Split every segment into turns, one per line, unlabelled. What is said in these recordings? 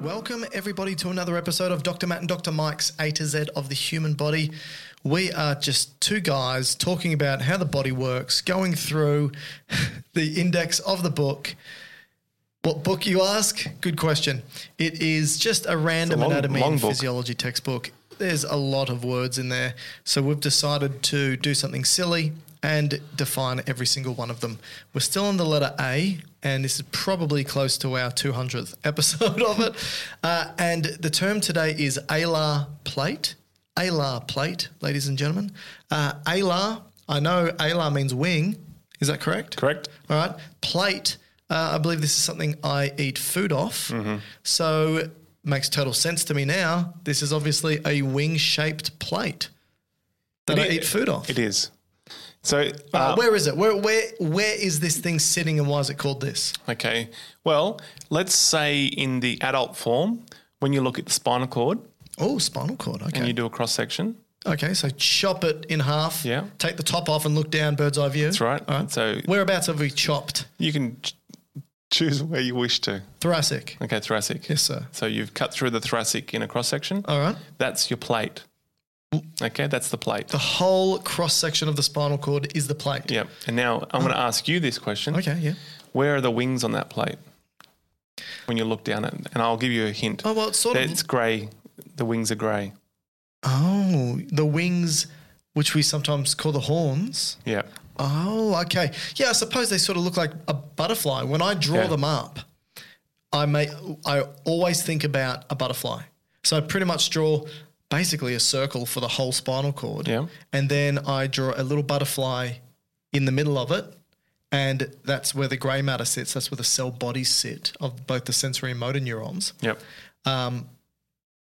Welcome, everybody, to another episode of Dr. Matt and Dr. Mike's A to Z of the human body. We are just two guys talking about how the body works, going through the index of the book. What book, you ask? Good question. It is just a random
long-
anatomy
long
and
book.
physiology textbook. There's a lot of words in there. So we've decided to do something silly and define every single one of them. We're still on the letter A, and this is probably close to our 200th episode of it. Uh, and the term today is alar plate. Alar plate, ladies and gentlemen. Uh, alar, I know alar means wing. Is that correct?
Correct.
All right. Plate. Uh, I believe this is something I eat food off.
Mm-hmm.
So makes total sense to me now. This is obviously a wing shaped plate that I
It i-
eat food off.
It is. So,
Uh,
uh,
where is it? Where where where is this thing sitting, and why is it called this?
okay. Well, let's say in the adult form, when you look at the spinal cord
Oh, spinal cord.
and you
Okay.
do a cross section,
Okay. So chop it in half.
Yeah.
Take the top off and look down. Bird's eye view.
that's right.
All right.
So
Whereabouts have we chopped?
you can ch- choose where you wish to.
Thoracic.
Okay, thoracic.
Yes, Uh. sir.
So you've cut through the thoracic in a cross section.
All right.
That's your plate. Okay, that's the plate.
The whole cross section of the spinal cord is the plate.
Yep. And now I'm going to ask you this question.
Uh. Okay. Yeah.
Where are the wings on that plate? When you look down at it, and I'll give you a hint.
Oh well, it's sort
It's
of.
grey. The wings are grey.
Oh, the wings, which we sometimes call the horns.
Yeah.
Oh, okay. Yeah, I suppose they sort of look like a butterfly. When I draw
Yeah.
them up, I may I always think about a butterfly. So I pretty much draw basically a circle for the whole spinal cord.
Yeah.
And then I draw a little butterfly in the middle of it. And that's where the grey matter sits. That's where the cell bodies sit of both the sensory and motor neurons.
Yep.
Um,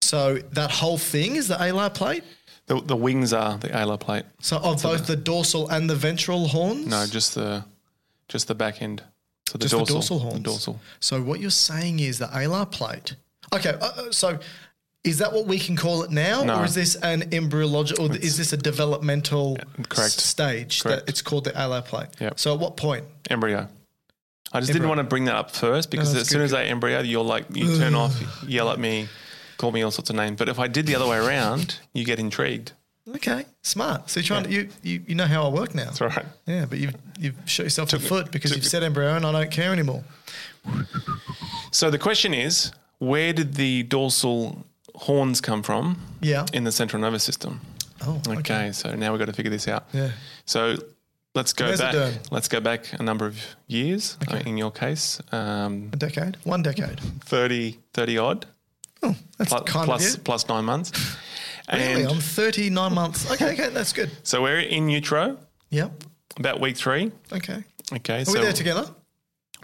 so that whole thing is the alar plate.
The, the wings are the alar plate.
So of both the dorsal and the ventral horns.
No, just the just the back end. So the
Just
dorsal.
the dorsal horns.
The dorsal.
So what you're saying is the alar plate. Okay, uh, uh, so is that what we can call it now,
No.
or is this an embryological, or is this a developmental
Yeah, correct.
s- stage
Correct.
that it's called the alar plate?
Yep.
So at what point?
Embryo. I just
Embryo.
didn't want to bring that up first because
that's
as soon
good.
as I embryo, you're like you turn off, yell at me, call me all sorts of names. But if I did the other way around, you get intrigued.
Okay, smart. So you're trying to you, you you know how I work now.
That's all right.
Yeah, but you've you've shot yourself in the
Took-
foot because
took-
you've said embryo and I don't care anymore.
So the question is, where did the dorsal horns come from
Yeah.
in the central nervous system?
Oh,
Okay, so now we've got to figure this out.
Yeah.
So let's go
Where's it
back.
done?
Let's go back a number of years. uh,
Okay.
in your case, um,
A decade, one decade.
30, 30 odd.
Oh, that's
Plus,
kind
plus,
of you.
plus nine months.
Really,
And
I'm 39 months. Okay, okay, that's good.
so we're in utero
Yeah.
about week three.
Okay. Are
Okay,
we
so
there together?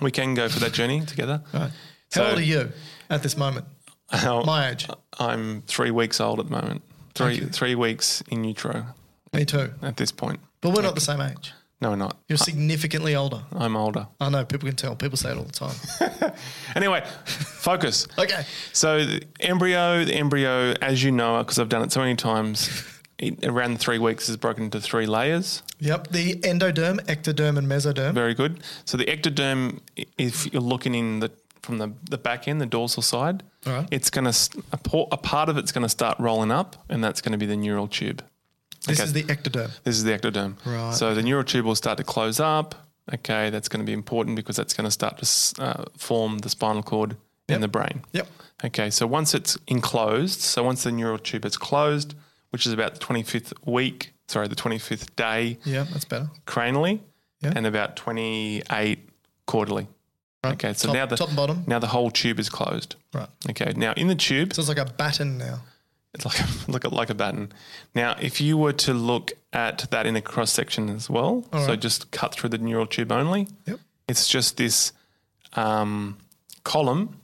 We can go for that journey together.
Right. How
So-
old are you at this moment?
How-
Uh, My age.
I'm three weeks old at the moment. Three three weeks in utero
Me too.
at this point.
But we're not the same age.
No, not.
You're significantly older.
I'm older.
I know people can tell. People say it all the time.
Anyway, focus.
Okay.
So the embryo, the embryo, as you know, because I've done it so many times, it, around three weeks is broken into three layers.
Yep. The endoderm, ectoderm, and mesoderm.
Very good. So the ectoderm, i- if you're looking in the from the, the back end, the dorsal side,
Alright.
it's going to a, por- a part of it's going to start rolling up, and that's going to be the neural tube.
This
Okay.
is the ectoderm.
This is the ectoderm.
Right.
So the neural tube will start to close up. Okay, that's going to be important because that's going to start to s- uh, form the spinal cord in the brain.
Yep.
Okay, so once it's enclosed, so once the neural tube is closed, which is about the 25th week, sorry, the 25th day
Yeah, that's better.
cranially,
Yeah.
and about 28 quarterly.
Right.
Okay, so
top,
now the
top and bottom.
now the whole tube is closed.
Right.
Okay, now in the tube,
So it's like a baton now.
it's like a, like a, like a baton. Now, if you were to look at that in a cross section as well,
All
so
right.
just cut through the neural tube only,
Yep.
it's just this um, column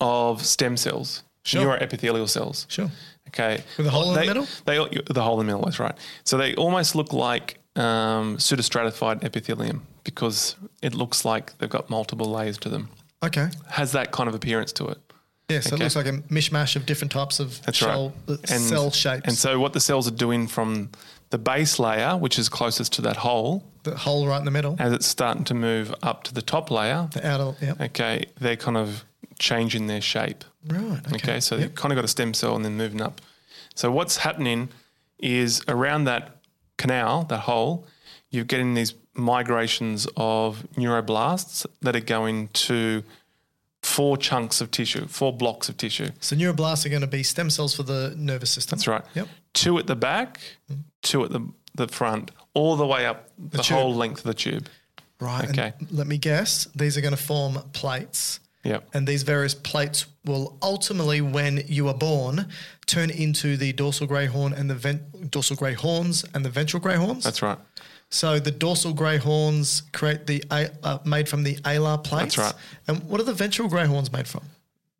of stem cells,
Sure.
neuroepithelial cells.
Sure.
Okay,
With a hole in the
They-
middle?
They all- the hole in the middle. That's right. So they almost look like um, pseudostratified epithelium because it looks like they've got multiple layers to them.
Okay.
Has that kind of appearance to it?
Yeah, so it
Okay.
looks like a mishmash of different types of
That's
shell, uh,
right.
cell shapes.
And so what the cells are doing from the base layer, which is closest to that hole,
the hole right in the middle.
as it's starting to move up to the top layer,
The outer. Yep.
okay, they're kind of changing their shape.
Right. Okay.
Okay, so they've kind of got a stem cell and then moving up. So what's happening is around that canal, that hole, you're getting these migrations of neuroblasts that are going to four chunks of tissue, four blocks of tissue.
So neuroblasts are going to be stem cells for the nervous system.
That's right.
Yep. Mm-hmm.
Two at the back, two at the the front, all the way up the,
tube.
whole length of the tube.
Right. and
Okay.
let me guess. These are going to form plates.
Yep.
And these various plates will ultimately, when you are born, turn into the dorsal grey horn and the vent- dorsal grey horns and the ventral grey horns.
That's right.
so the dorsal grey horns create the a- uh, made from the alar plates.
right.
And what are the ventral grey horns made from?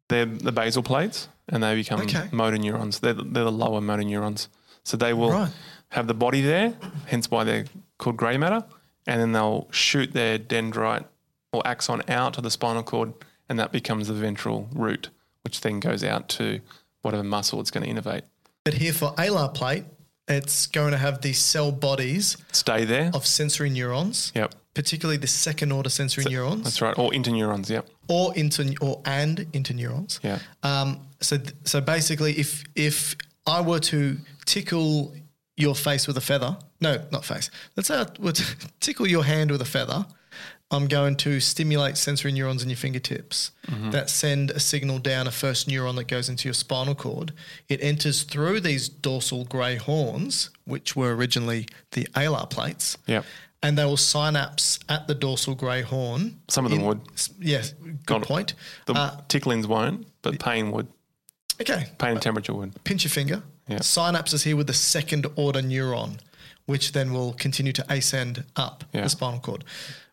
They're the basal plates, and they become
Okay.
motor neurons. They're the, they're the lower motor neurons. So they will
Right.
have the body there, hence why they're called grey matter, and then they'll shoot their dendrite or axon out to the spinal cord, and that becomes the ventral root, which then goes out to whatever muscle it's going to innovate.
But here for alar plate, it's going to have the cell bodies
Stay there.
of sensory neurons,
Yep.
particularly the second order sensory neurons,
That's right. Or interneurons. Yep.
or into or and into neurons.
Yeah.
Um, so th- so basically, if if I were to tickle your face with a feather, no, not face. Let's say I were to tickle your hand with a feather. I'm going to stimulate sensory neurons in your fingertips
Mm-hmm.
that send a signal down a first neuron that goes into your spinal cord. It enters through these dorsal grey horns, which were originally the alar plates,
Yep.
and they will synapse at the dorsal grey horn.
Some of them
In-
would.
S- Yes, good
Got it.
point.
The
Uh,
ticklings won't, but pain would.
okay,
Pain and temperature would.
pinch your finger.
Yeah.
Synapses here with the second order neuron, which then will continue to ascend up
Yeah.
the spinal cord.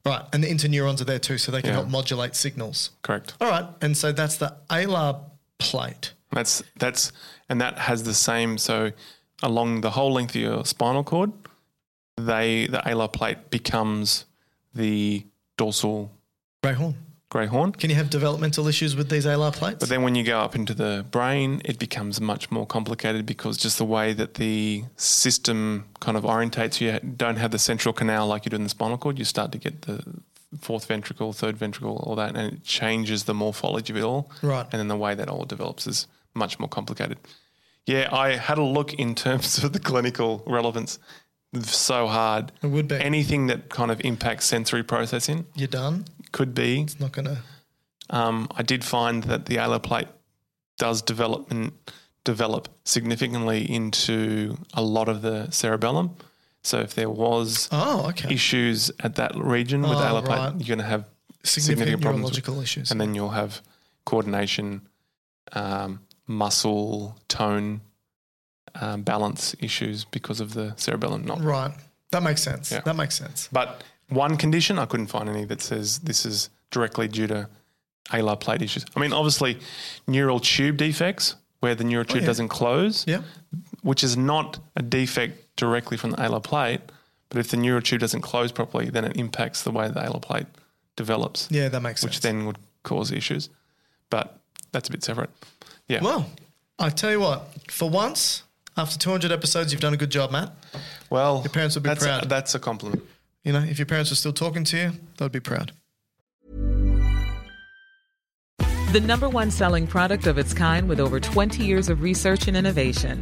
Right, and the interneurons are there too, so they can
Yeah.
help modulate signals.
Correct.
All right, and so that's the alar plate.
That's that's and that has the same. So along the whole length of your spinal cord, they the alar plate becomes the dorsal
Grey horn.
grey horn.
Can you have developmental issues with these alar plates?
But then when you go up into the brain, it becomes much more complicated because just the way that the system kind of orientates, you don't have the central canal like you do in the spinal cord. You start to get the fourth ventricle, third ventricle, all that, and it changes the morphology of it all.
Right.
And then the way that all develops is much more complicated. Yeah, I had a look in terms of the clinical relevance. So hard.
It would be.
Anything that kind of impacts sensory processing
You're done.
could be
It's not going to.
um, I did find that the alar plate does development develop significantly into a lot of the cerebellum. So if there was
Oh, okay.
issues at that region with
Oh,
alar plate,
right.
you're going to have
Significant,
significant problems with-
neurological issues.
and then you'll have coordination, um, muscle, tone, um, balance issues because of the cerebellum not.
Right. That makes sense.
Yeah.
That makes sense.
But one condition. I couldn't find any that says this is directly due to alar plate issues. I mean, obviously, neural tube defects where the neural tube
Oh, yeah.
doesn't close,
Yeah.
which is not a defect directly from the alar plate. But if the neural tube doesn't close properly, then it impacts the way the alar plate develops,
Yeah, that makes
which
sense.
then would cause issues. But that's a bit separate. Yeah.
well, I tell you what, for once, after 200 episodes, you've done a good job, Matt.
well
your parents would be
that's a-
proud.
that's a compliment.
You know, if your parents were still talking to you, they'd be proud.
The number one selling product of its kind with over 20 years of research and innovation.